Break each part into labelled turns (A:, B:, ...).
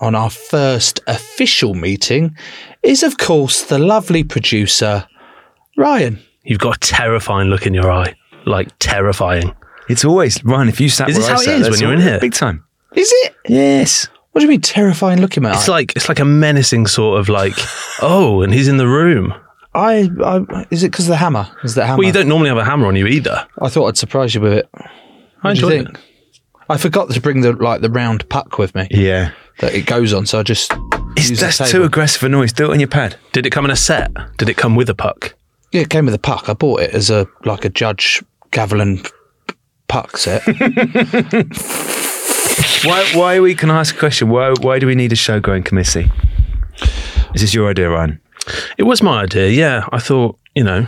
A: on our first official meeting is of course the lovely producer Ryan.
B: You've got a terrifying look in your eye. Like terrifying.
C: It's always Ryan. If you sat,
B: Is this
C: where I
B: how it
C: sat,
B: is
C: that's
B: when you're
C: all-
B: in here?
C: Big time.
A: Is it?
C: Yes.
A: What do you mean terrifying looking at?
B: It's like it's like a menacing sort of like, oh, and he's in the room.
A: I, I is it because of the hammer? Is that hammer?
B: Well, you don't normally have a hammer on you either.
A: I thought I'd surprise you with it.
B: I
A: What do you
B: enjoyed it.
A: think? I forgot to bring the like the round puck with me
C: Yeah.
A: that it goes on, so I just
C: It's,
A: use the
C: that's
A: table.
C: too aggressive a noise. Do it on your pad.
B: Did it come in a set? Did it come with a puck?
A: yeah, it came with a puck. I bought it as a like a judge Gavilan puck set.
C: Why? Why are we? Can I ask a question? Why? Why do we need a show growing committee? Is this your idea, Ryan?
B: It was my idea, yeah. I thought, you know,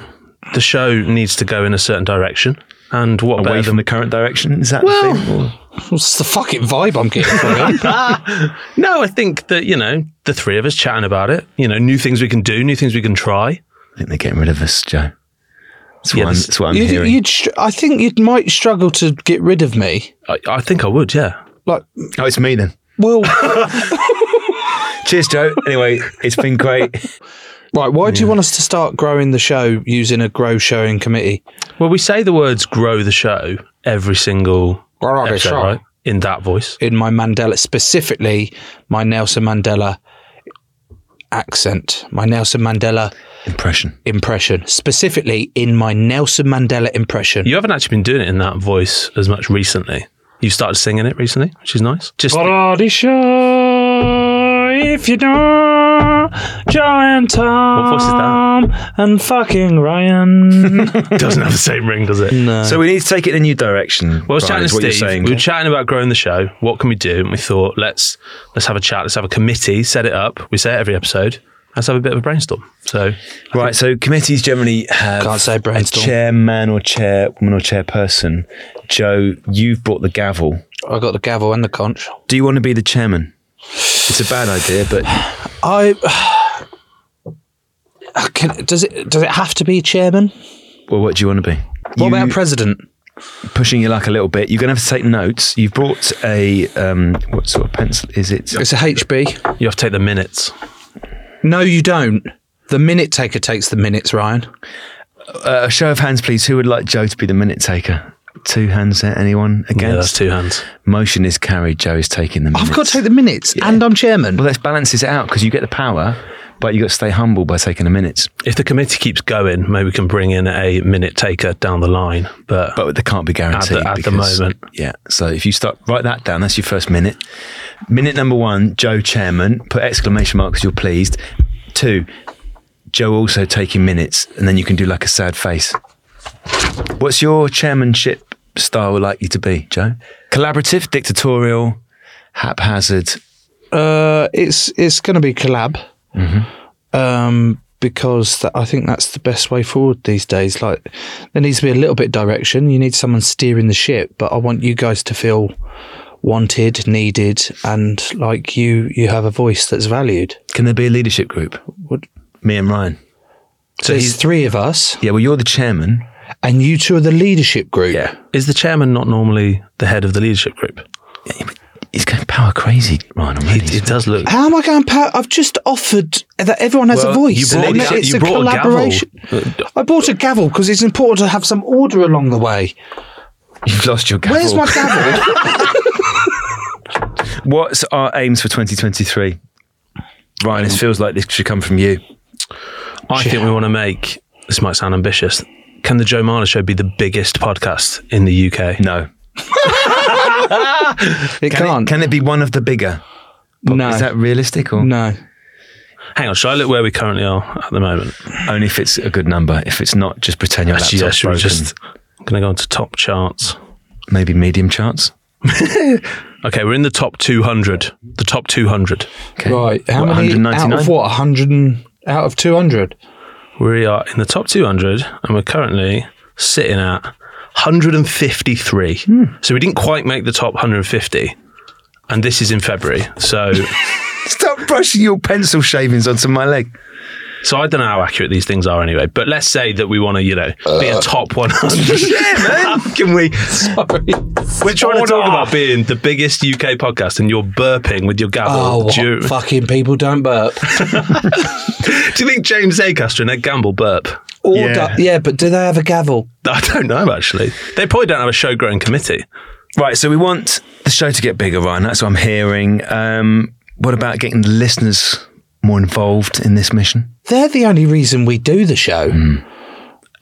B: the show needs to go in a certain direction. And what
C: Away
B: better
C: from
B: than
C: the current direction? Is that
B: Well-
C: the thing? Or-
A: What's the fucking vibe I'm getting from it?
B: No, I think that, you know, the three of us chatting about it, you know, new things we can do, new things we can try.
C: I think they're getting rid of us, Joe. That's what,
B: Yeah,
C: I'm,
B: this-
C: that's what I'm
A: You'd,
C: hearing.
A: you'd str- I think you might struggle to get rid of me.
B: I, I think I would, yeah.
A: Like,
C: oh, it's me then.
A: well,
C: Cheers, Joe. Anyway, it's been great.
A: right. Why do you want us to start growing the show using a grow showing committee?
B: Well, we say the words grow the show every single
A: Grow the
B: episode,
A: show.
B: right? In that voice.
A: In my Mandela, specifically my Nelson Mandela accent, my Nelson Mandela
C: Impression.
A: impression, specifically in my Nelson Mandela impression.
B: You haven't actually been doing it in that voice as much recently. You started singing it recently, which is nice. Just
A: Body show, if you know,
D: Giant Tom.
B: What voice is that?
D: And fucking Ryan.
B: Doesn't have the same ring, does it? No.
C: Uh, So we need to take it in a new direction.
B: Well, I was
C: Brian,
B: chatting
C: is
B: to
C: what you're
B: Steve.
C: saying.
B: We were chatting about growing the show. What can we do? And we thought, let's let's have a chat. Let's have a committee. Set it up. We say it every episode. Let's have a bit of a brainstorm. So
C: Right, so committees generally have
A: Can't say brainstorm.
C: a chairman or chairwoman or chairperson. Joe, you've brought the gavel.
A: I got the gavel and the conch.
C: Do you want to be the chairman? It's a bad idea, but
A: I. Can, does it does it have to be chairman?
C: well, what do you want to be? you,
A: What about president?
C: pushing your luck a little bit? You're going to have to take notes. You've brought a um, what sort of pencil is it?
A: It's a HB.
B: you have to take the minutes.
A: No, you don't. The minute taker takes the minutes, Ryan.
C: A show of hands, please. Who would like Joe to be the minute taker? Two hands there. Anyone
B: Yeah, that's
C: against?
B: two hands.
C: Motion is carried. Joe is taking the. Minutes.
A: I've got to take the minutes, and I'm chairman.
C: Well, let's balance this out because you get the power, but you got to stay humble by taking the minutes.
B: If the committee keeps going, maybe we can bring in a minute taker down the line. But,
C: but they can't be guaranteed
B: at the
C: because-
B: moment.
C: Yeah. So if you start write that down, that's your first minute. Minute number one, Joe Chairman. Put exclamation marks. You're pleased. Two, Joe also taking minutes, and then you can do like a sad face. What's your chairmanship style likely to be, Joe? Collaborative, dictatorial, haphazard.
A: Uh, it's it's going to be collab,
B: Mm-hmm.
A: um, because th- I think that's the best way forward these days. Like, there needs to be a little bit of direction. You need someone steering the ship, but I want you guys to feel wanted, needed, and like you you have a voice that's valued.
C: Can there be a leadership group?
A: What-
C: Me and Ryan.
A: So there's three of us,
C: Yeah. Well, you're the chairman.
A: and you two are the leadership group.
B: is the chairman not normally the head of the leadership group?
C: He's going power crazy, Ryan.
B: He,
C: Already.
B: he does look.
A: How am I going? Pa- I've just offered that everyone has a voice.
B: You brought,
A: And
B: you
A: it's a
B: brought gavel.
A: collaboration. I bought a gavel because it's important to have some order along the way.
C: You've lost your gavel.
A: Where's my gavel?
C: What's our aims for 2023? Ryan, this feels like this should come from you.
B: Um, I think we want to make this might sound ambitious. Can the Joe Marler Show be the biggest podcast in the UK?
C: No.
A: It
C: Can,
A: can't.
C: It, can it be one of the bigger?
A: no.
C: Is that realistic or
A: no.
B: Hang on, shall I look where we currently are at the moment?
C: only if it's a good number? If it's not, just pretend your
B: Actually, yeah,
C: laptop's
B: should we
C: broken.
B: just I'm gonna go into top charts.
C: Maybe medium charts.
B: Okay, we're in the top 200. The top 200.
C: Okay.
A: Right. How
C: What,
A: many out
C: 199?
A: of what? 100 and, out of 200?
B: We are in the top 200, and we're currently sitting at 153.
A: Hmm.
B: So we didn't quite make the top 150, and this is in February. So,
C: Stop brushing your pencil shavings onto my leg.
B: so I don't know how accurate these things are anyway. But let's say that we want to, you know, be a top 100.
C: Uh, Yeah, man. Can we?
B: we're trying to talk about being the biggest UK podcast, and you're burping with your gavel.
A: Oh, what?
B: do, you,
A: fucking people don't burp.
B: do you think James Acaster and Ed Gamble burp?
A: Or
C: Yeah.
A: yeah. yeah, but do they have a gavel?
B: I don't know actually. They probably don't have a show growing committee.
C: Right. So we want the show to get bigger, Ryan. That's what I'm hearing. Um, what about getting the listeners more involved in this mission
A: They're the only reason we do the show.
C: and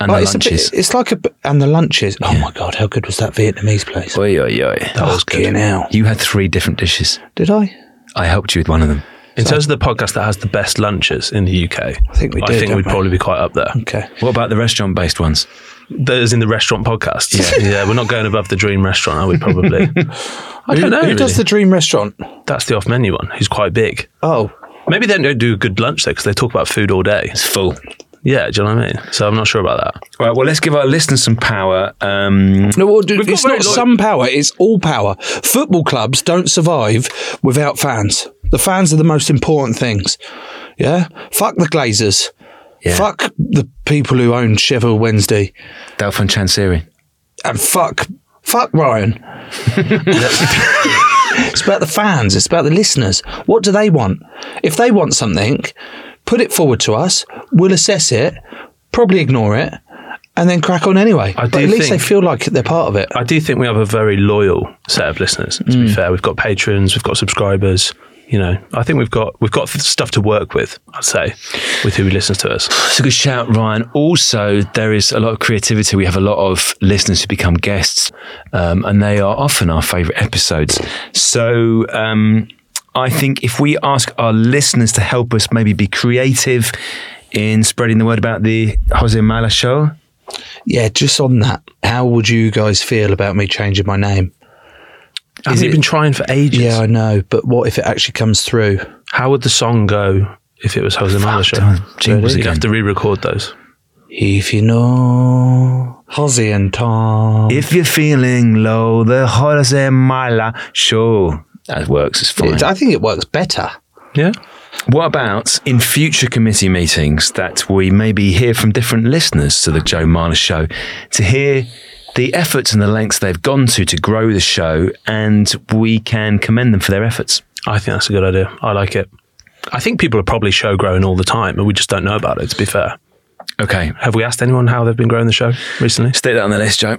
A: Like,
C: the
A: it's, a
C: lunches?
A: bit, it's like a. b- And the lunches. Oh my God, how good was that Vietnamese place?
C: Oi, oi, oi.
A: That was good. Fucking hell.
C: You had three different dishes.
A: Did I?
C: I helped you with one of them.
B: In terms of the podcast that has the best lunches in the UK, I
A: think we do,
B: I think
A: don't
B: we'd
A: we?
B: probably be quite up there.
A: Okay.
C: What about the restaurant based ones?
B: Those in the restaurant podcasts. Yeah. yeah, we're not going above the dream restaurant, are we? Probably. I
A: who
B: don't know.
A: who does the
B: really.
A: dream restaurant?
B: That's the off menu one, who's quite big.
A: Oh,
B: Maybe they don't do a good lunch though, because they talk about food all day.
C: It's full.
B: Yeah, do you know what I mean? So I'm not sure about that.
C: Right, well, let's give our listeners some power. Um,
A: No, well, dude,
B: We've got
A: it's
B: very
A: not
B: loyal-
A: some power, it's all power. Football clubs don't survive without fans. The fans are the most important things. Yeah? Fuck the Glazers. Fuck the people who own Sheffield Wednesday.
C: Delphine Chancery.
A: And fuck, fuck Ryan. it's about the fans, it's about the listeners. What do they want? If they want something, put it forward to us. We'll assess it, probably ignore it, and then crack on anyway.
B: I
A: but
B: do
A: at least
B: think-
A: they feel like they're part of it.
B: I do think we have a very loyal set of listeners. To
A: Mm.
B: be fair, we've got patrons, we've got subscribers. You know, I think we've got we've got stuff to work with. I'd say with who listens to us.
C: That's a good shout, Ryan. Also, there is a lot of creativity. We have a lot of listeners who become guests, um, and they are often our favourite episodes. So, um, I think if we ask our listeners to help us maybe be creative in spreading the word about the Jose Mala show,
A: Yeah, just on that, how would you guys feel about me changing my name?
B: Has he
C: it-
B: been trying for ages?
A: Yeah, I know, but what if it actually comes through?
B: How would the song go if it was Jose
C: don't-
B: Malisha?
C: jingles
B: You'd have
C: again.
B: to re-record those.
A: If you know Hozzy and Tom.
C: if you're feeling low, the Jose Mala show. That works, it's fine.
A: It- I think it works better.
B: Yeah.
C: What about in future committee meetings that we maybe hear from different listeners to the Joe Marler show to hear the efforts and the lengths they've gone to to grow the show and we can commend them for their efforts.
B: I think that's a good idea. I like it. I think people are probably show growing all the time, and we just don't know about it, to be fair.
C: Okay.
B: Have we asked anyone how they've been growing the show recently?
C: Stick that on the list, Joe.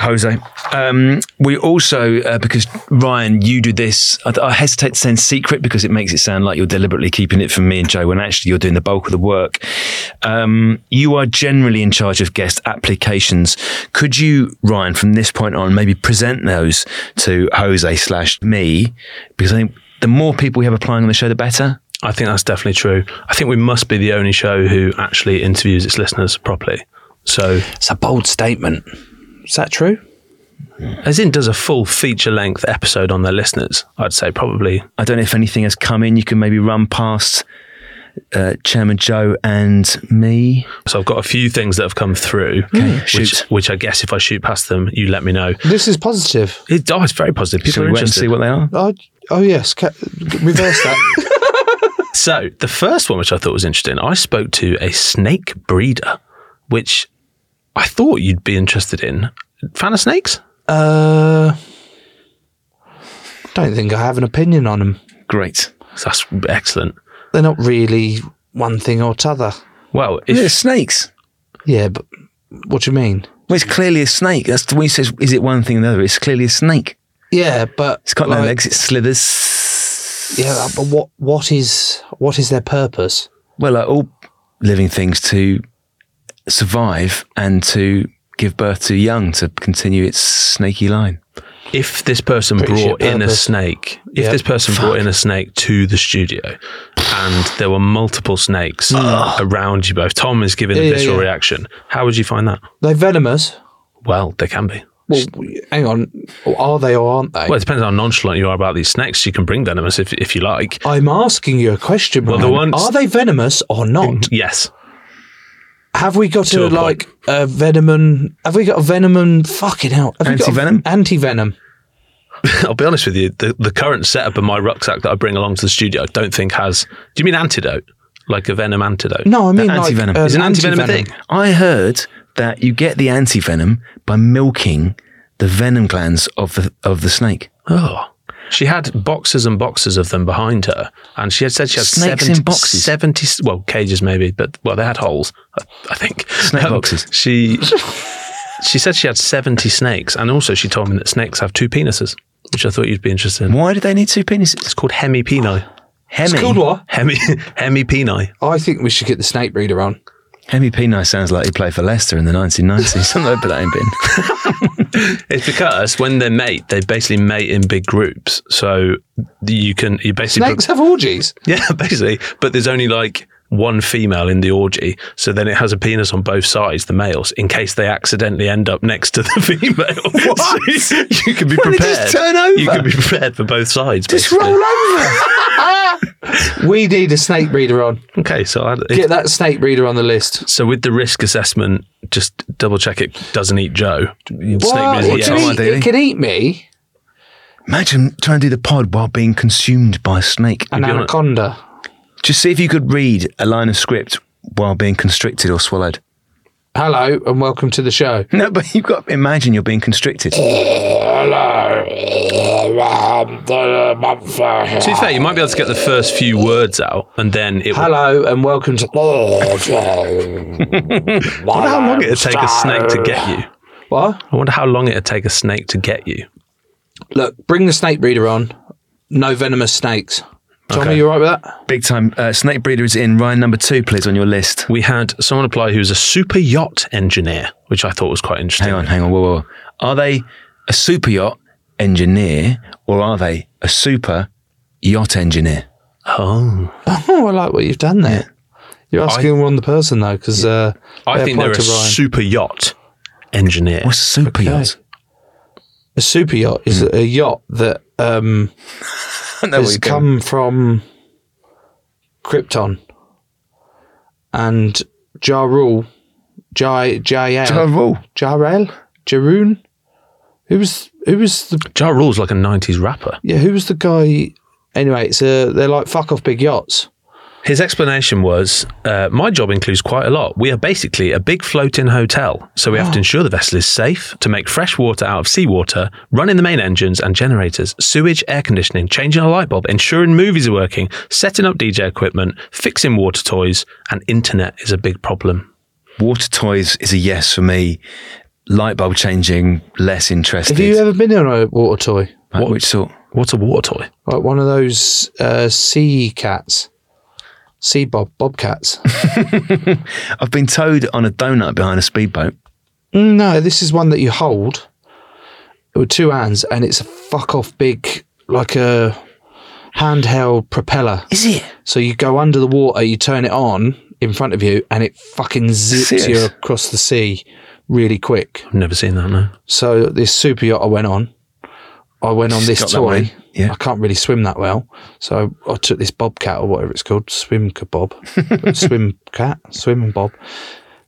C: Jose. Um, we also, uh, because Ryan, you do this, I, I hesitate to say in secret because it makes it sound like you're deliberately keeping it from me and Joe when actually you're doing the bulk of the work. Um, you are generally in charge of guest applications. Could you, Ryan, from this point on, maybe present those to Jose slash me? Because I think the more people we have applying on the show, the better.
B: I think that's definitely true. I think we must be the only show who actually interviews its listeners properly. So,
A: It's a bold statement. Is that true?
B: as in, does a full feature length episode on their listeners? I'd say probably.
C: I don't know if anything has come in. You can maybe run past uh, Chairman Joe and me.
B: So, I've got a few things that have come through, which,
C: shoot.
B: which I guess if I shoot past them, you let me know.
A: This is positive.
B: It, oh, it's very positive. People
C: Shall
B: are
C: we wait and
B: interested.
C: see what they are?
A: Oh, oh yes. Ca- reverse that.
B: So the first one, which I thought was interesting, I spoke to a snake breeder, which I thought you'd be interested in. Fan of snakes?
A: uh, don't think I have an opinion on them.
C: Great.
B: That's excellent.
A: They're not really one thing or t'other.
B: Well, if
C: They're snakes.
A: Yeah, but what do you mean?
C: Well, it's clearly a snake. That's the way he says, is it one thing or the other? It's clearly a snake.
A: Yeah, but
C: It's got no
A: like,
C: legs. It slithers.
A: Yeah, uh, but what what is what is their purpose?
C: Well, like all living things to survive and to give birth to young, to continue its snaky line.
B: if this person
A: Pretty shit
B: brought in a
A: purpose.
B: snake, if
A: Yeah.
B: this person brought in a snake to the studio, and there were multiple snakes around you both, Tom is giving
A: Yeah,
B: a
A: yeah,
B: visual
A: yeah.
B: reaction. How would you find that?
A: They're venomous.
B: Well, they can be.
A: Well, w- hang on, are they or aren't they?
B: Well, it depends how nonchalant you are about these snakes. You can bring venomous if if you like.
A: I'm asking you a question.
B: Well, the
A: Ryan.
B: ones-
A: are they venomous or not?
B: Yes.
A: Have we got
B: To
A: a,
B: a point.
A: like a venom? Have we got a venom? Fucking hell! Have we got a-
C: Anti-venom?
A: Anti-venom.
B: I'll be honest with you, the, the current setup of my rucksack that I bring along to the studio, I don't think has. Do you mean antidote? Like a venom antidote?
A: No, I mean like
C: anti-venom.
A: an
C: Is
B: Is an antivenom a
A: anti-venom.
B: thing?
C: I heard that you get the anti venom by milking the venom glands of the, of the snake.
B: Oh. She had boxes and boxes of them behind her, and she had said she had
C: Snakes
B: 70,
C: in boxes?
B: 70, well, cages maybe, but well, they had holes, I, I think. Um,
C: Snake boxes.
B: She she said she had seventy snakes, and also she told me that snakes have two penises, which I thought you'd be interested in.
C: Why do they need two penises?
B: It's called hemipeni.
C: Hemi.
A: called what?
B: Hemi hemipeni.
A: I think we should get the snake breeder on.
C: Hemi Peni sounds like he played for Leicester in the 1990s. I'm but that ain't been.
B: It's because when they mate, they basically mate in big groups. So you can you basically
A: Snakes have orgies.
B: yeah basically, but there's only like one female in the orgy. So then it has a penis on both sides, the males, in case they accidentally end up next to the female. What? you can be
C: they
B: prepared.
C: just turn over?
B: You can be prepared for both sides.
C: Just
B: basically.
C: roll over.
A: We need a snake breeder on.
B: Okay, so I,
A: Get that snake breeder on the list.
B: so with the risk assessment, just double check it doesn't eat Joe. Snake
A: Well,
B: business,
A: it can
B: yeah.
C: I
A: eat-
C: do.
A: it can eat me.
C: Imagine trying to do the pod while being consumed by a snake.
A: An
B: honest-
A: anaconda.
C: Just see if you could read a line of script while being constricted or swallowed.
A: Hello and welcome to the show.
C: No, but you've got imagine you're being constricted.
B: To be fair, you might be able to get the first few words out, and then it will
A: Hello and welcome to.
B: I wonder how long it'd take a snake to get you.
A: What?
B: I wonder how long it'd take a snake to get you.
A: Look, bring the snake breeder on. No venomous snakes. Tommy,
B: Okay.
A: you all right with that?
C: Big time. Uh, snake breeder is in. Ryan number two, please, on your list.
B: We had someone apply who's a super yacht engineer, which I thought was quite interesting.
C: Hang on, hang on. Whoa, whoa, whoa. Are they a super yacht engineer or are they a super yacht engineer.
B: Oh,
A: Oh, I like what you've done there. You're asking one the person though, because uh,
B: I
A: they
B: think they're
A: applied
B: a
A: to Ryan.
B: super yacht engineer.
C: What's a super yacht?
A: a super yacht is a yacht that um,
C: I know what
A: has
C: you're doing.
A: come from Krypton, and Ja Rule, Jai
C: Ja
A: Jael,
C: Rule.
A: Jarel, Jaroon. Who was who was the
B: Ja Rule's like a 90s rapper.
A: yeah who was the guy? Anyway, it's uh, they're like fuck off big yachts.
B: His explanation was uh, My job includes quite a lot. We are basically a big floating hotel, so we have
C: Oh.
B: to ensure the vessel is safe to make fresh water out of seawater, running the main engines and generators, sewage, air conditioning, changing a light bulb, ensuring movies are working, setting up DJ equipment, fixing water toys, and internet is a big problem.
C: Water toys is a yes for me. Light bulb changing, less interested.
A: Have you ever been on a water toy?
C: Like, Which sort?
B: What's a water toy?
A: Like one of those uh, sea cats, sea bob bobcats.
C: I've been towed on a donut behind a speedboat.
A: Mm, No, this is one that you hold with two hands, and it's a fuck off big, like a handheld propeller.
C: Is it?
A: So you go under the water, you turn it on in front of you, and it fucking zips
C: Serious?
A: you across the sea really quick.
B: I've never seen that, no.
A: So this super yacht I went on, I went on this
C: Got that
A: toy.
C: one, yeah.
A: I can't really swim that well, so I took this bobcat or whatever it's called, swim bob, swim cat, swim bob,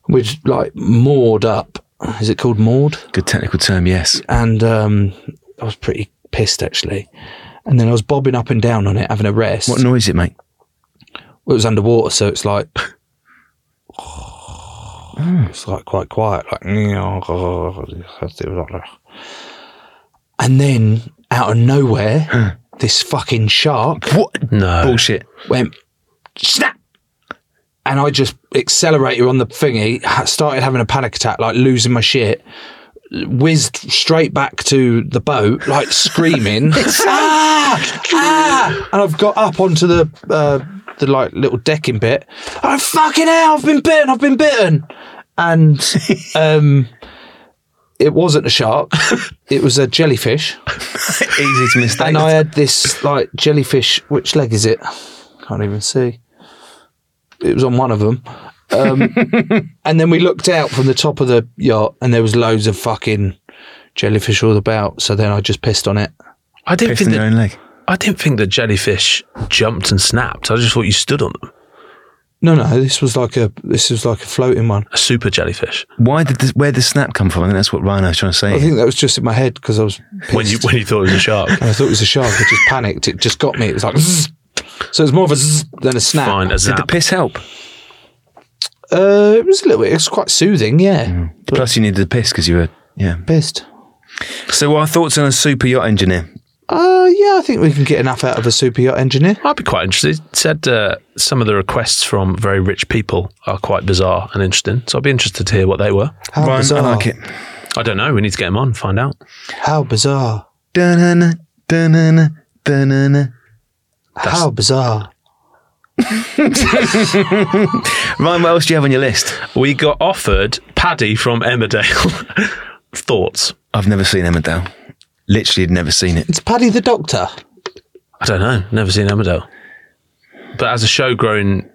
A: which like moored up. Is it called moored?
C: Good technical term, yes.
A: and um, I was pretty pissed actually. And then I was bobbing up and down on it, having a rest.
C: What noise it make?
A: Well, it was underwater, so it's like it's like quite quiet, like and then out of nowhere, this fucking shark
C: What?
B: No.
C: Bullshit.
A: went snap, and I just accelerated on the thingy, ha- started having a panic attack, like losing my shit. Whizzed straight back to the boat, like screaming, ah, ah! and I've got up onto the uh, the like little decking bit. Oh fucking hell! I've been bitten! I've been bitten! And um, it wasn't a shark; it was a jellyfish.
C: Easy to mistake.
A: And I had this like jellyfish. Which leg is it? Can't even see. It was on one of them. Um, and then we looked out from the top of the yacht, and there was loads of fucking jellyfish all about. So then I just pissed on it.
B: I didn't,
C: Pissed
B: think
C: in your
B: that,
C: own leg.
B: I didn't think that jellyfish jumped and snapped. I just thought you stood on them.
A: No, no, this was like a this was like a floating one.
B: A super jellyfish.
C: Why did this, where did the snap come from? I think that's what Ryan was trying to say.
A: I think that was just in my head because I was pissed.
B: When you, when you thought it was a shark.
A: I thought it was a shark. I just panicked. It just got me. It was like. Zzz. So it's more of a zzz than a snap.
B: Fine, a
C: did the
B: zap.
C: piss help?
A: Uh, it was a little bit. It was quite soothing. Yeah.
B: Mm.
C: Plus, you needed the piss because you were. Yeah.
A: Pissed.
C: So, our thoughts on a super yacht engineer.
A: Uh, yeah, I think we can get enough out of a super yacht engineer.
B: I'd be quite interested. It said uh, some of the requests from very rich people are quite bizarre and interesting. So I'd be interested to hear what they were.
A: How
C: Ryan,
A: bizarre!
C: I like it.
B: I don't know. We need to get him on, find out.
A: How bizarre!
C: Dun-dun-dun, dun-dun-dun, dun-dun-dun.
A: How bizarre!
C: Ryan, what else do you have on your list?
B: We got offered Paddy from Emmerdale. Thoughts?
C: I've never seen Emmerdale. Literally, had never seen it.
A: It's Paddy the Doctor.
B: I don't know. Never seen Emmerdale. But as a show growing,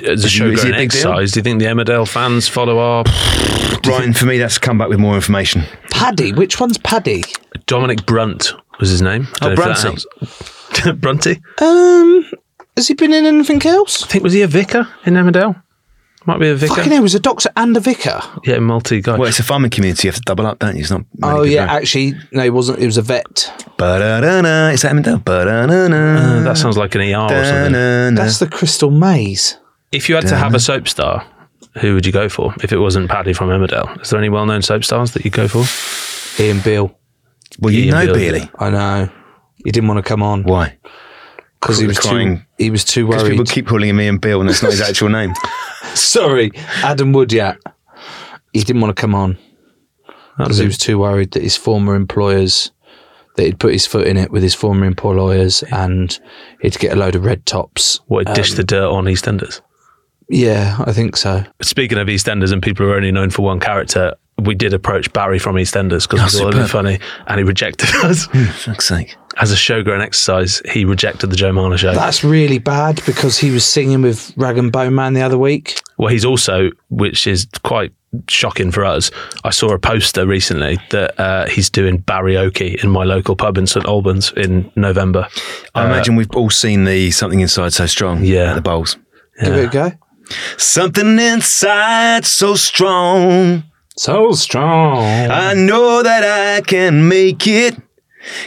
B: as a
C: Is it-
B: show
C: is it
B: growing
C: a big deal?
B: exercise, do you think the Emmerdale fans follow our
C: Ryan, for me, that's come back with more information.
A: Paddy, which one's Paddy?
B: Dominic Brunt was his name? I
C: Oh,
B: don't know if that
C: Brunty.
B: helps. Brunty.
A: Um, has he been in anything else?
B: I think was he a vicar in Emmerdale? Might be a vicar.
A: Fucking hell, he was a doctor and a vicar.
B: yeah, multi guy.
C: Well, it's a farming community. You have to double up, don't you? It's not. many
A: Oh
C: people
A: yeah,
C: around.
A: actually, no, he wasn't. He was a vet.
C: Ba-da-da-na. Is that Emmerdale?
B: Uh,
C: Ba-da-da-na.
B: that sounds like an ER or something.
C: Da-na-na.
A: That's the Crystal Maze.
B: If you had to have a soap star, who would you go for if it wasn't Paddy from Emmerdale? Is there any well known soap stars that you'd go for?
A: Ian Bill.
C: Well, you
B: Ian
C: know,
B: Beale.
C: Bealey.
A: I know. He didn't want to come on
C: Why?
A: because he was too.
C: Crying.
A: He was too
C: Because
A: worried.
C: people keep calling him Ian Beale, and that's not his actual name.
A: Sorry, Adam Woodyat. He didn't want to come on because he was too worried that his former employers, that he'd put his foot in it with his former employers, and he'd get a load of red tops.
B: What, dish the dirt on EastEnders?
A: Yeah, I think so.
B: Speaking of EastEnders and people who are only known for one character, we did approach Barry from EastEnders because we thought it'd be funny and he rejected us.
C: For fuck's sake.
B: as a showgrown exercise, he rejected the Joe Marner show.
A: That's really bad because he was singing with Rag and Bone Man the other week.
B: Well, he's also, which is quite shocking for us. I saw a poster recently that uh, he's doing barioke in my local pub in St Albans in November.
C: I imagine we've all seen the something inside so strong.
B: Yeah.
C: the bowls.
A: Give it a go.
C: Something inside so strong.
A: So strong.
C: I know that I can make it.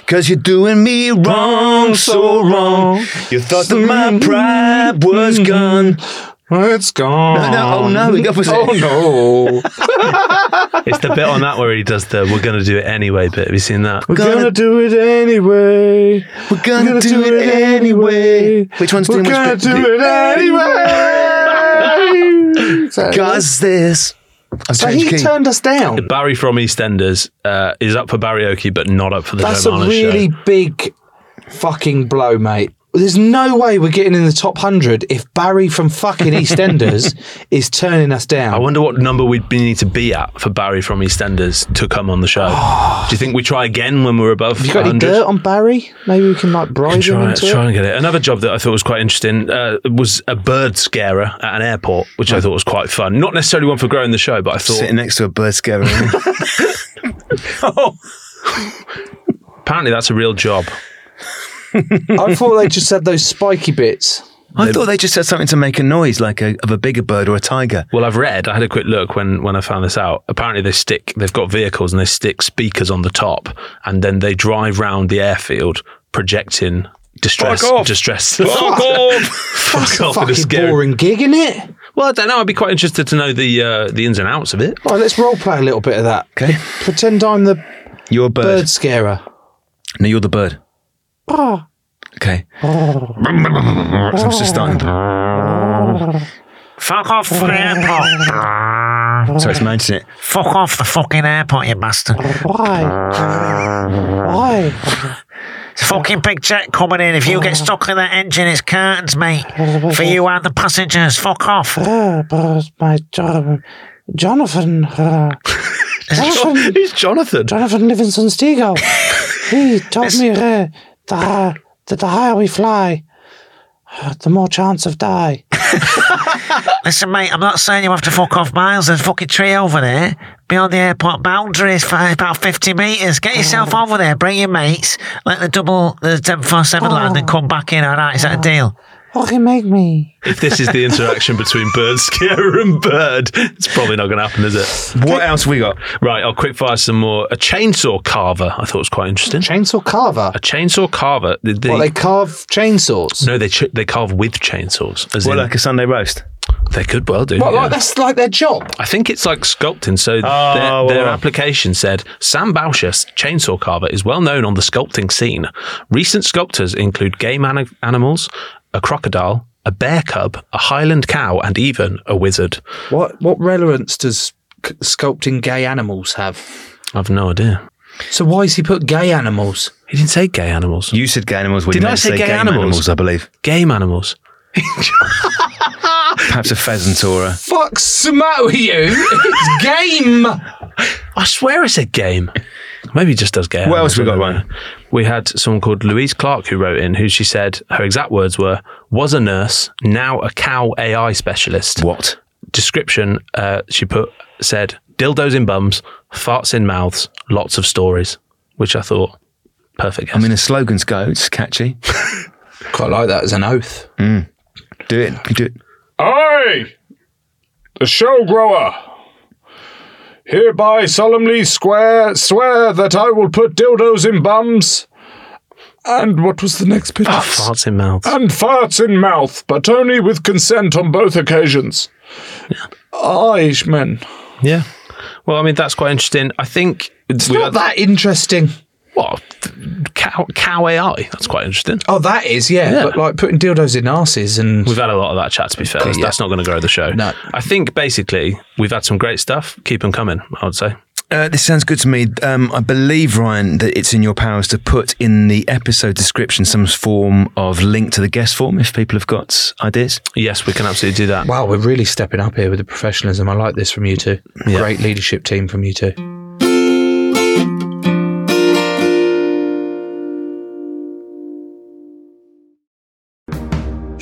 C: Cause you're doing me wrong, so wrong. You thought that my pride was gone.
A: It's gone.
C: No, no, oh no, we go for
A: Oh no.
B: It's the bit on that where he does the "We're going to do it anyway" bit. Have you seen that?
A: We're gonna, do it anyway.
C: We're gonna, do, it anyway. Which one's
A: We're
C: doing
A: gonna
C: which bit?
A: do it anyway. So-
C: Cause this. I've
A: so
C: changed
A: he
C: key.
A: turned us down.
B: Barry from EastEnders uh, is up for barioke, but not up for the
A: That's
B: Joe
A: a
B: Marner
A: really
B: show.
A: big fucking blow, mate. There's no way we're getting in the top 100 if Barry from fucking EastEnders is turning us down.
B: I wonder what number we'd be- need to be at for Barry from EastEnders to come on the show. do you think we try again when we're above?
A: you got any
B: 100?
A: dirt on Barry? Maybe we can like bribe him
B: Try,
A: into
B: try
A: it.
B: and get it. Another job that I thought was quite interesting uh, was a bird scarer at an airport, which I thought was quite fun. Not necessarily one for growing the show, but I thought
C: Sitting next to a bird scarer.
B: apparently that's a real job.
A: I thought they just said those spiky bits.
C: I thought they just said something to make a noise like a, of a bigger bird or a tiger.
B: Well, I've read. I had a quick look when when I found this out. Apparently, they stick. They've got vehicles and they stick speakers on the top, and then they drive round the airfield projecting distress.
C: Fuck off.
B: Distress.
C: Fuck off!
B: Fuck off! it
A: Fucking
B: is scary.
A: boring gig, is it?
B: Well, I don't know. I'd be quite interested to know the uh, the ins and outs of it.
A: All right, let's role play a little bit of that.
C: Okay.
A: Pretend I'm the
C: You're a bird.
A: bird scarer.
C: No, you're the bird. Okay. so I'm just starting.
E: Fuck off the airport.
C: Sorry, it's mounting it.
E: Fuck off the fucking airport, you bastard.
A: Why? Why?
E: It's a fucking big jet coming in. If you get stuck in that engine, it's curtains, mate. For you and the passengers. Fuck off.
A: Uh, but my job, Jonathan. Uh, Jonathan,
B: It's Jonathan.
A: Jonathan Livingston Stegel. He told me uh, the, hi- that the higher we fly, uh, the more chance of die.
E: Listen, mate, I'm not saying you have to fuck off miles. There's a fucking tree over there beyond the airport boundaries for about 50 metres. Get yourself
A: Oh.
E: over there, bring your mates, let the double, the 747 land and come back in. All right, is that a deal?
A: Oh. What can make me?
B: If this is the interaction between bird scarer and bird, it's probably not going to happen, is it?
C: What else we got?
B: Right, I'll quick fire some more. A chainsaw carver. I thought was quite interesting.
A: Chainsaw carver.
B: A chainsaw carver. The, the-
A: Well, they carve chainsaws.
B: no, they ch- they carve with chainsaws. As
C: Well,
B: in,
C: like a Sunday roast.
B: They could well do.
A: What,
B: yeah.
A: like, that's like their job.
B: I think it's like sculpting. So their,
C: Ah, well,
B: their
C: well.
B: application said Sam Bauscher, chainsaw carver, is well known on the sculpting scene. Recent sculptors include game ani- animals, a crocodile, a bear cub, a highland cow, and even a wizard.
A: What what relevance does c- sculpting gay animals have?
B: I've no idea.
A: So why has he put gay animals?
B: He didn't say gay animals.
C: You said gay animals. When
B: Did
C: you
B: I
C: meant to
B: say gay
C: game
B: animals?
C: I believe.
B: Game animals.
C: Perhaps a pheasant or a.
A: Fuck's the matter with you? It's game.
B: I swear it's a game. Maybe he just does game.
C: What else
B: animals,
C: we
B: I
C: got,
B: don't
C: Ryan?
B: know. We had someone called Louise Clark who wrote in, who she said her exact words were, was a nurse, now a cow AI specialist.
C: What?
B: description uh, she put said dildos in bums, farts in mouths, lots of stories, which I thought perfect. Guess.
C: I mean, the slogans go. It's catchy.
A: Quite like that as an oath.
C: Do it. You do it.
F: I, the show grower, hereby solemnly swear swear that I will put dildos in bums. And what was the next bit?
A: Ah.
B: farts in mouths.
C: Oh.
F: and farts in mouth, but only with consent on both occasions. I, men.
B: yeah. Well, I mean that's quite interesting. I think
A: It's not that interesting.
B: What cow, cow AI? That's quite interesting.
A: Oh, that is, yeah. But like putting dildos in asses and
B: We've had a lot of that chat. To be fair, that's,
A: Yeah.
B: that's not going to grow the show.
A: No.
B: I think basically we've had some great stuff. Keep them coming. I would say.
C: Uh, this sounds good to me. Um, I believe, Ryan, that it's in your powers to put in the episode description some form of link to the guest form if people have got ideas.
B: Yes, we can absolutely do that.
A: Wow, we're really stepping up here with the professionalism. I like this from you two.
B: Yeah.
A: Great leadership team from you two.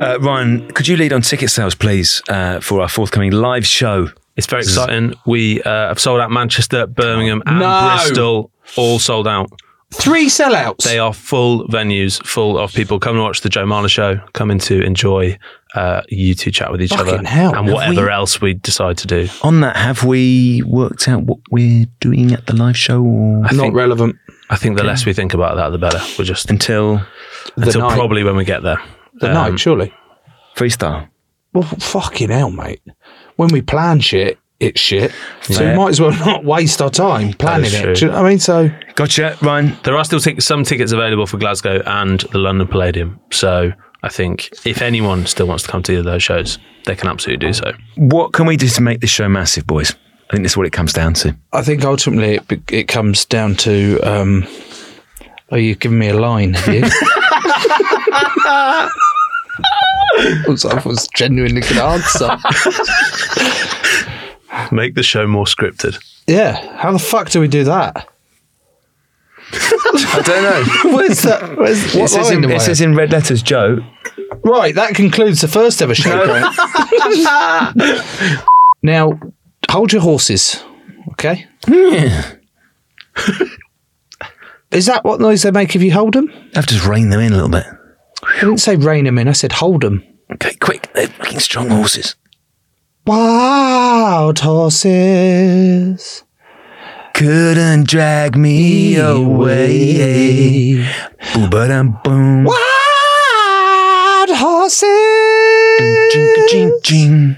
C: Uh, Ryan, could you lead on ticket sales, please, uh, for our forthcoming live show?
B: It's very exciting. We uh, have sold out Manchester, Birmingham, and
A: No.
B: Bristol, all sold out.
A: Three sellouts.
B: They are full venues, full of people. Come and watch the Joe Marler show. Come in to enjoy uh, you two chat with each other
A: Fucking hell,
B: and
A: have
B: whatever
A: we-
B: else we decide to do.
C: On that, have we worked out what we're doing at the live show? Or
A: Not
B: I think,
A: relevant.
B: I think the less we think about that, the better. We're just
C: until
B: until
A: night.
B: probably when we get there.
A: The
B: Um,
A: night, surely.
C: freestyle.
A: Well, fucking hell, mate. When we plan shit, it's shit. So we might as well not waste our time planning
B: is
A: it.
B: true.
A: Do you know what I mean? So
C: Gotcha, Ryan.
B: There are still tic- some tickets available for Glasgow and the London Palladium. So I think if anyone still wants to come to either of those shows, they can absolutely do so.
C: What can we do to make this show massive, boys? I think that's what it comes down to.
A: I think ultimately it, be- it comes down to. Um, oh, you've given me a line, have you? I was, I was genuinely good answer.
B: Make the show more scripted.
A: Yeah, how the fuck do we do that?
C: I don't know.
A: Where's that? Where's,
C: it
A: what
C: says,
A: line
C: in,
A: do I
C: it
A: have?
C: says in red letters, Joe.
A: Right, that concludes the first ever show. Grant. now, hold your horses, okay? Is that what noise they make if you hold them?
C: I have to just rein them in a little bit.
A: I didn't say rein them in, I said hold them.
C: Okay, quick. They're fucking strong horses.
A: Wild horses.
C: Couldn't drag me away. Boom, ba-dum, boom.
A: Wild
C: Jing,
A: horses.
C: jing, jing.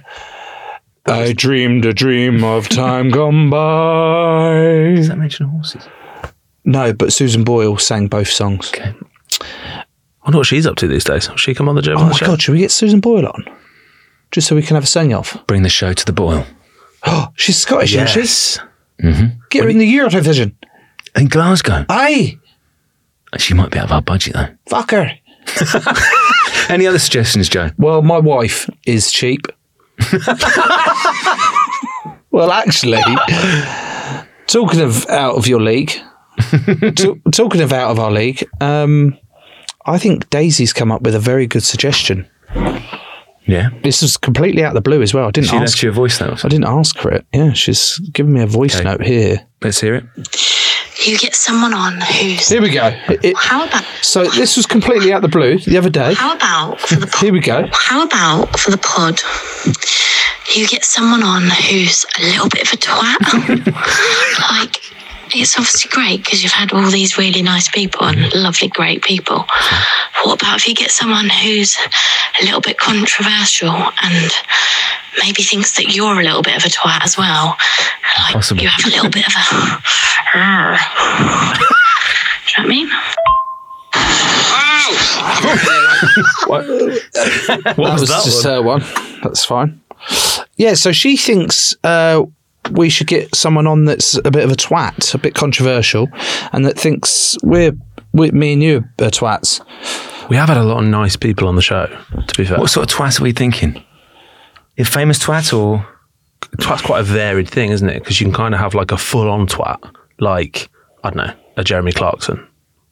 G: I dreamed a dream of time gone by.
C: Does that mention horses?
A: No, but Susan Boyle sang both songs.
B: I wonder what she's up to these days. Will she come on the Joe
A: Oh
B: Marler
A: my
B: show?
A: god, should we get Susan Boyle on? Just so we can have a sing off.
C: Bring the show to the boil.
A: Oh, she's Scottish, isn't she?
B: Yes.
A: Get her in the Eurovision.
C: In Glasgow.
A: Aye,
C: She might be out of our budget, though.
A: fuck her.
C: Any other suggestions, Joe?
A: Well, my wife is cheap. well, actually, talking of out of your league, to, talking of out of our league, um, I think Daisy's come up with a very good suggestion.
C: Yeah.
A: This was completely out of the blue as well. I didn't
C: She
A: ask.
C: left you a voice note.
A: I didn't ask for it. Yeah, she's given me a voice
C: Okay.
A: note here.
C: Let's hear it.
E: You get someone on who's.
A: Here we go. It- it-
E: How about?
A: so this was completely out of the blue the other day.
E: How about for the
A: Here
E: pod?
A: we go.
E: How about for the pod? You get someone on who's a little bit of a twat. like it's obviously great because you've had all these really nice people and lovely, great people. What about if you get someone who's a little bit controversial and maybe thinks that you're a little bit of a twat as well? Like
C: Possible.
E: you have a little bit of a. Do you know what I mean?
B: What was, that
A: just
B: one?
A: her one. That's fine. Yeah, so she thinks uh, we should get someone on that's a bit of a twat, a bit controversial, and that thinks we're, we me and you are twats.
B: We have had a lot of nice people on the show, to be fair.
C: What sort of twat are we thinking? A famous twat or
B: twat's quite a varied thing, isn't it? Because you can kind of have like a full on twat, like, I don't know, a Jeremy Clarkson.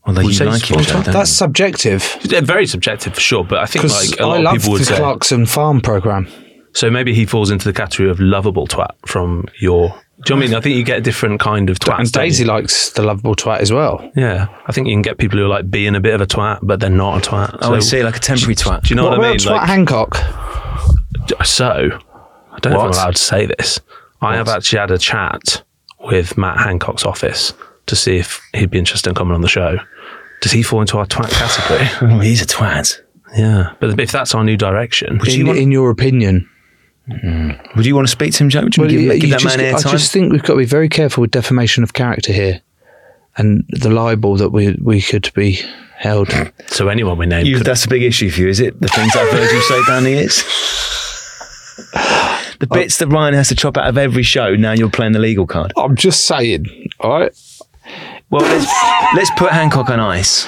C: although
B: Would you
C: you
B: say
C: like him,
B: sponsor?
C: Joe, don't
A: That's
C: you?
A: subjective
B: Yeah, very subjective for sure, but I Um, think
A: because
B: like a
A: I
B: lot of
A: love
B: people would
A: the
B: say.
A: Clarkson Farm program.
B: So maybe he falls into the category of lovable twat from your. Do you know what I mean? I think you get a different kind of twat.
A: And Daisy likes the lovable twat as well.
B: Yeah. I think you can get people who are like being a bit of a twat, but they're not a twat.
C: Oh, I
B: So-
C: see, like a temporary twat.
B: Do you know what,
A: what
B: I mean?
A: about twat
B: Like,
A: Hancock?
B: so, I don't know if
C: What?
B: I'm allowed to say this. I have actually had a chat with Matt Hancock's office to see if he'd be interested in coming on the show. Does he fall into our twat category?
C: Oh, he's a twat.
B: yeah. But if that's our new direction,
C: Would you
A: In,
C: want,
A: in your opinion,
C: would you want to speak to him, Joe? Would you
A: Well,
C: give,
A: you-
C: give
A: you
C: that
A: just-
C: man
A: I
C: airtime?
A: just think we've got to be very careful with defamation of character here. and the libel that we we could be held.
B: So anyone we name,
C: You, that's a big issue for you, is it? The things that I've heard you say down the years? The bits that Ryan has to chop out of every show, now you're playing the legal card.
A: I'm just saying, all right?
C: Well, let's, let's put Hancock on ice.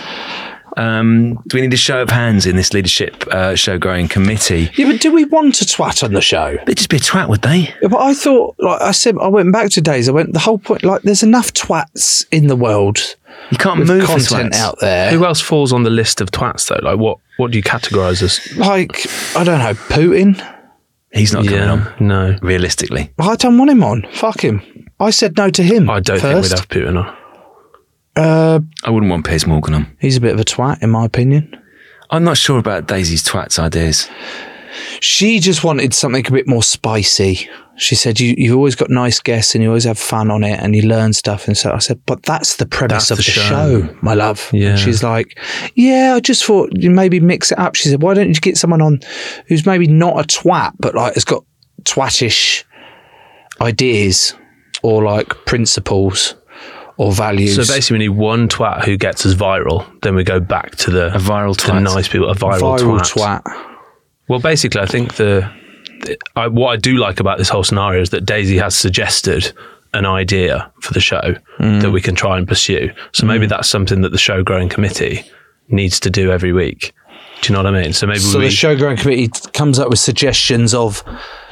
C: Um, do we need a show of hands in this leadership uh, show growing committee?
A: Yeah, but do we want a twat on the show?
C: They'd just be a twat, would they?
A: Yeah, but I thought, like I said, I went back to days. I went the whole point. Like, there's enough twats in the world.
C: You can't
A: with
C: move for
A: content
C: twats.
A: out there.
B: Who else falls on the list of twats though? Like what? What do you categorise as?
A: Like, I don't know, Putin.
C: He's not coming on,
B: No,
C: realistically.
A: I don't want him on. Fuck him. I said no to him.
B: I don't
A: first.
B: think we'd have Putin on.
A: Uh,
C: I wouldn't want Piers Morgan on.
A: he's a bit of a twat, in my opinion.
C: I'm not sure about Daisy's twats ideas.
A: She just wanted something a bit more spicy. She said, you, "You've always got nice guests, and you always have fun on it, and you learn stuff." And so I said, "But that's the premise
B: That's
A: of
B: the
A: the,
B: show.
A: show. my love." And
B: Yeah.
A: she's like, "Yeah, I just thought you maybe mix it up." She said, "Why don't you get someone on who's maybe not a twat, but like has got twatish ideas or like principles or values?"
B: So basically, we need one twat who gets us viral. Then we go back to the
C: A viral
B: to the
C: twat.
B: nice people, a viral,
A: viral
B: twat.
A: twat.
B: Well, basically, I think the, the I, what I do like about this whole scenario is that Daisy has suggested an idea for the show
A: Mm.
B: that we can try and pursue. So maybe that's something that the show growing committee needs to do every week. Do you know what I mean? So maybe
A: So
B: we
A: the show growing committee t- comes up with suggestions of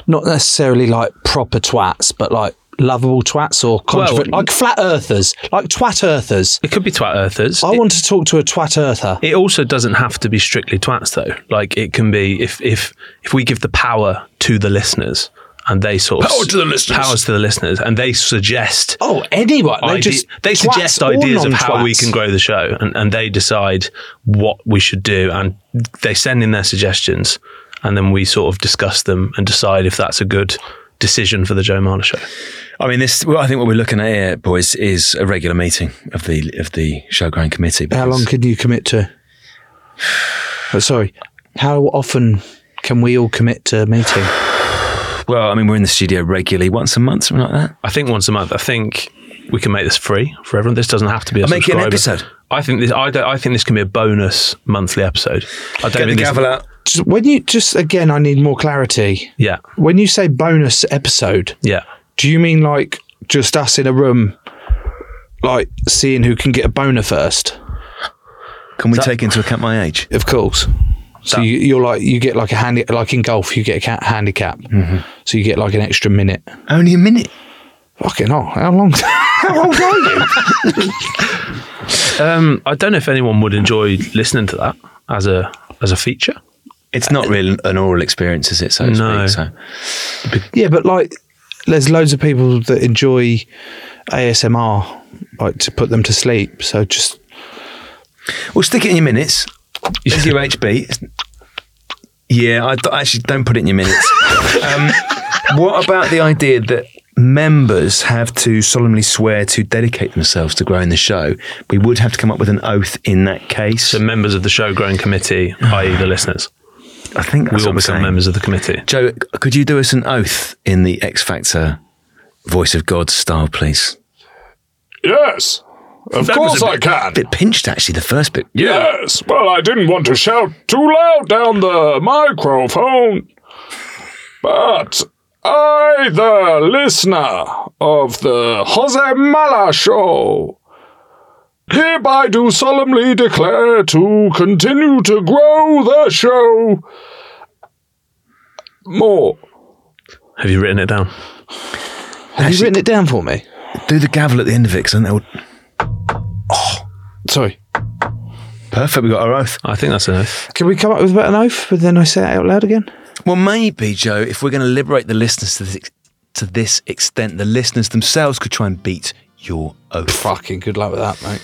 A: not necessarily like proper twats, but like lovable twats or controver-
B: Well-
A: like flat earthers, like twat earthers.
B: it could be twat earthers.
A: I
B: It-
A: want to talk to a twat earther.
B: It also doesn't have to be strictly twats though. Like it can be if if if we give the power to the listeners and they sort of
H: Power to the listeners.
B: powers to the listeners and they suggest
A: Oh, anyone? They
B: ide-
A: just
B: they
A: twats
B: suggest
A: or
B: ideas of how we
A: non-twats.
B: can grow the show and, and they decide what we should do and they send in their suggestions and then we sort of discuss them and decide if that's a good decision for the Joe Marner show.
C: I mean, this. Well, I think what we're looking at here, boys, is a regular meeting of the of the show growing committee.
A: How long can you commit to? Oh, sorry, how often can we all commit to a meeting?
C: Well, I mean, we're in the studio regularly, once a month, something like that.
B: I think once a month. I think we can make this free for everyone. This doesn't have to be a
C: I'll make it an
B: subscriber.
C: episode.
B: I think this. I, don't, I think this can be a bonus monthly episode. I don't
C: Get the
B: think this-
C: gavel out.
A: Just- When you just again, I need more clarity.
B: Yeah,
A: When you say bonus episode,
B: yeah.
A: Do you mean like just us in a room, like seeing who can get a boner first?
C: Can we take into account my age?
A: Of course. So you, you're like you get like a handy like in golf you get a ca- handicap,
I: Mm-hmm.
A: so you get like an extra minute.
C: Only a minute.
A: Fucking hell! How long? how old are you?
B: Um, I don't know if anyone would enjoy listening to that as a as a feature.
C: It's not really an oral experience, is it? So to
B: Uh, No.
C: speak, so.
A: yeah, but like there's loads of people that enjoy ASMR, like to put them to sleep. So just
C: Well, stick it in your minutes. Is your HB? Yeah, I d- actually don't put it in your minutes. um, what about the idea that members have to solemnly swear to dedicate themselves to growing the show? We would have to come up with an oath in that case.
B: The members of the show growing committee, i.e., the listeners,
C: I think
B: we
C: that's what
B: all
C: I'm
B: become
C: saying.
B: members of the committee.
C: Joe, could you do us an oath in the X Factor voice of God style, please?
I: Yes, of
B: That was
I: course
B: a
I: I
B: bit-
I: can.
C: A bit pinched, actually, the first bit.
I: Yes, well, I didn't want to shout too loud down the microphone. But I, the listener of the Jose Mala Show, hereby do solemnly declare to continue to grow the show more.
B: Have you written it down?
A: have you written it down for me?
C: Do the gavel at the end of it, because
A: Sorry,
C: Perfect, we got our oath.
B: I think that's enough.
A: can we come up with a better oath? But then I say it out loud again.
C: Well, maybe, Joe, if we're going to liberate the listeners to this, ex- to this extent, the listeners themselves could try and beat your oath.
A: Fucking good luck with that, mate.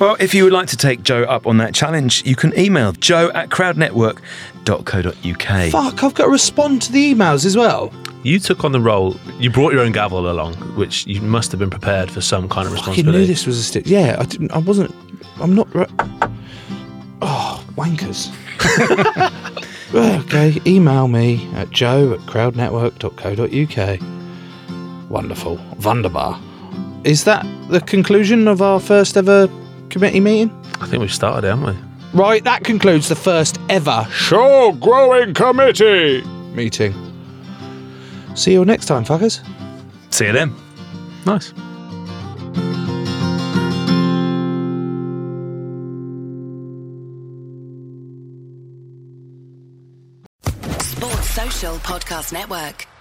C: Well, if you would like to take Joe up on that challenge, you can email joe at crowdnetwork.co.uk.
A: Fuck, I've got to respond to the emails as well.
B: You took on the role. You brought your own gavel along, which you must have been prepared for some kind of
A: Fucking knew
B: responsibility.
A: this was a stick. Yeah, I didn't. I wasn't. I'm not. Re- oh, wankers. okay, email me at joe at crowdnetwork.co.uk. Wonderful. Wunderbar. Is that the conclusion of our first ever committee meeting?
B: I think we've started, haven't we?
A: Right, that concludes the first ever
I: Show Growing Committee.
A: meeting. See you all next time, fuckers.
C: See you then.
B: Nice.
J: Sports Social Podcast Network.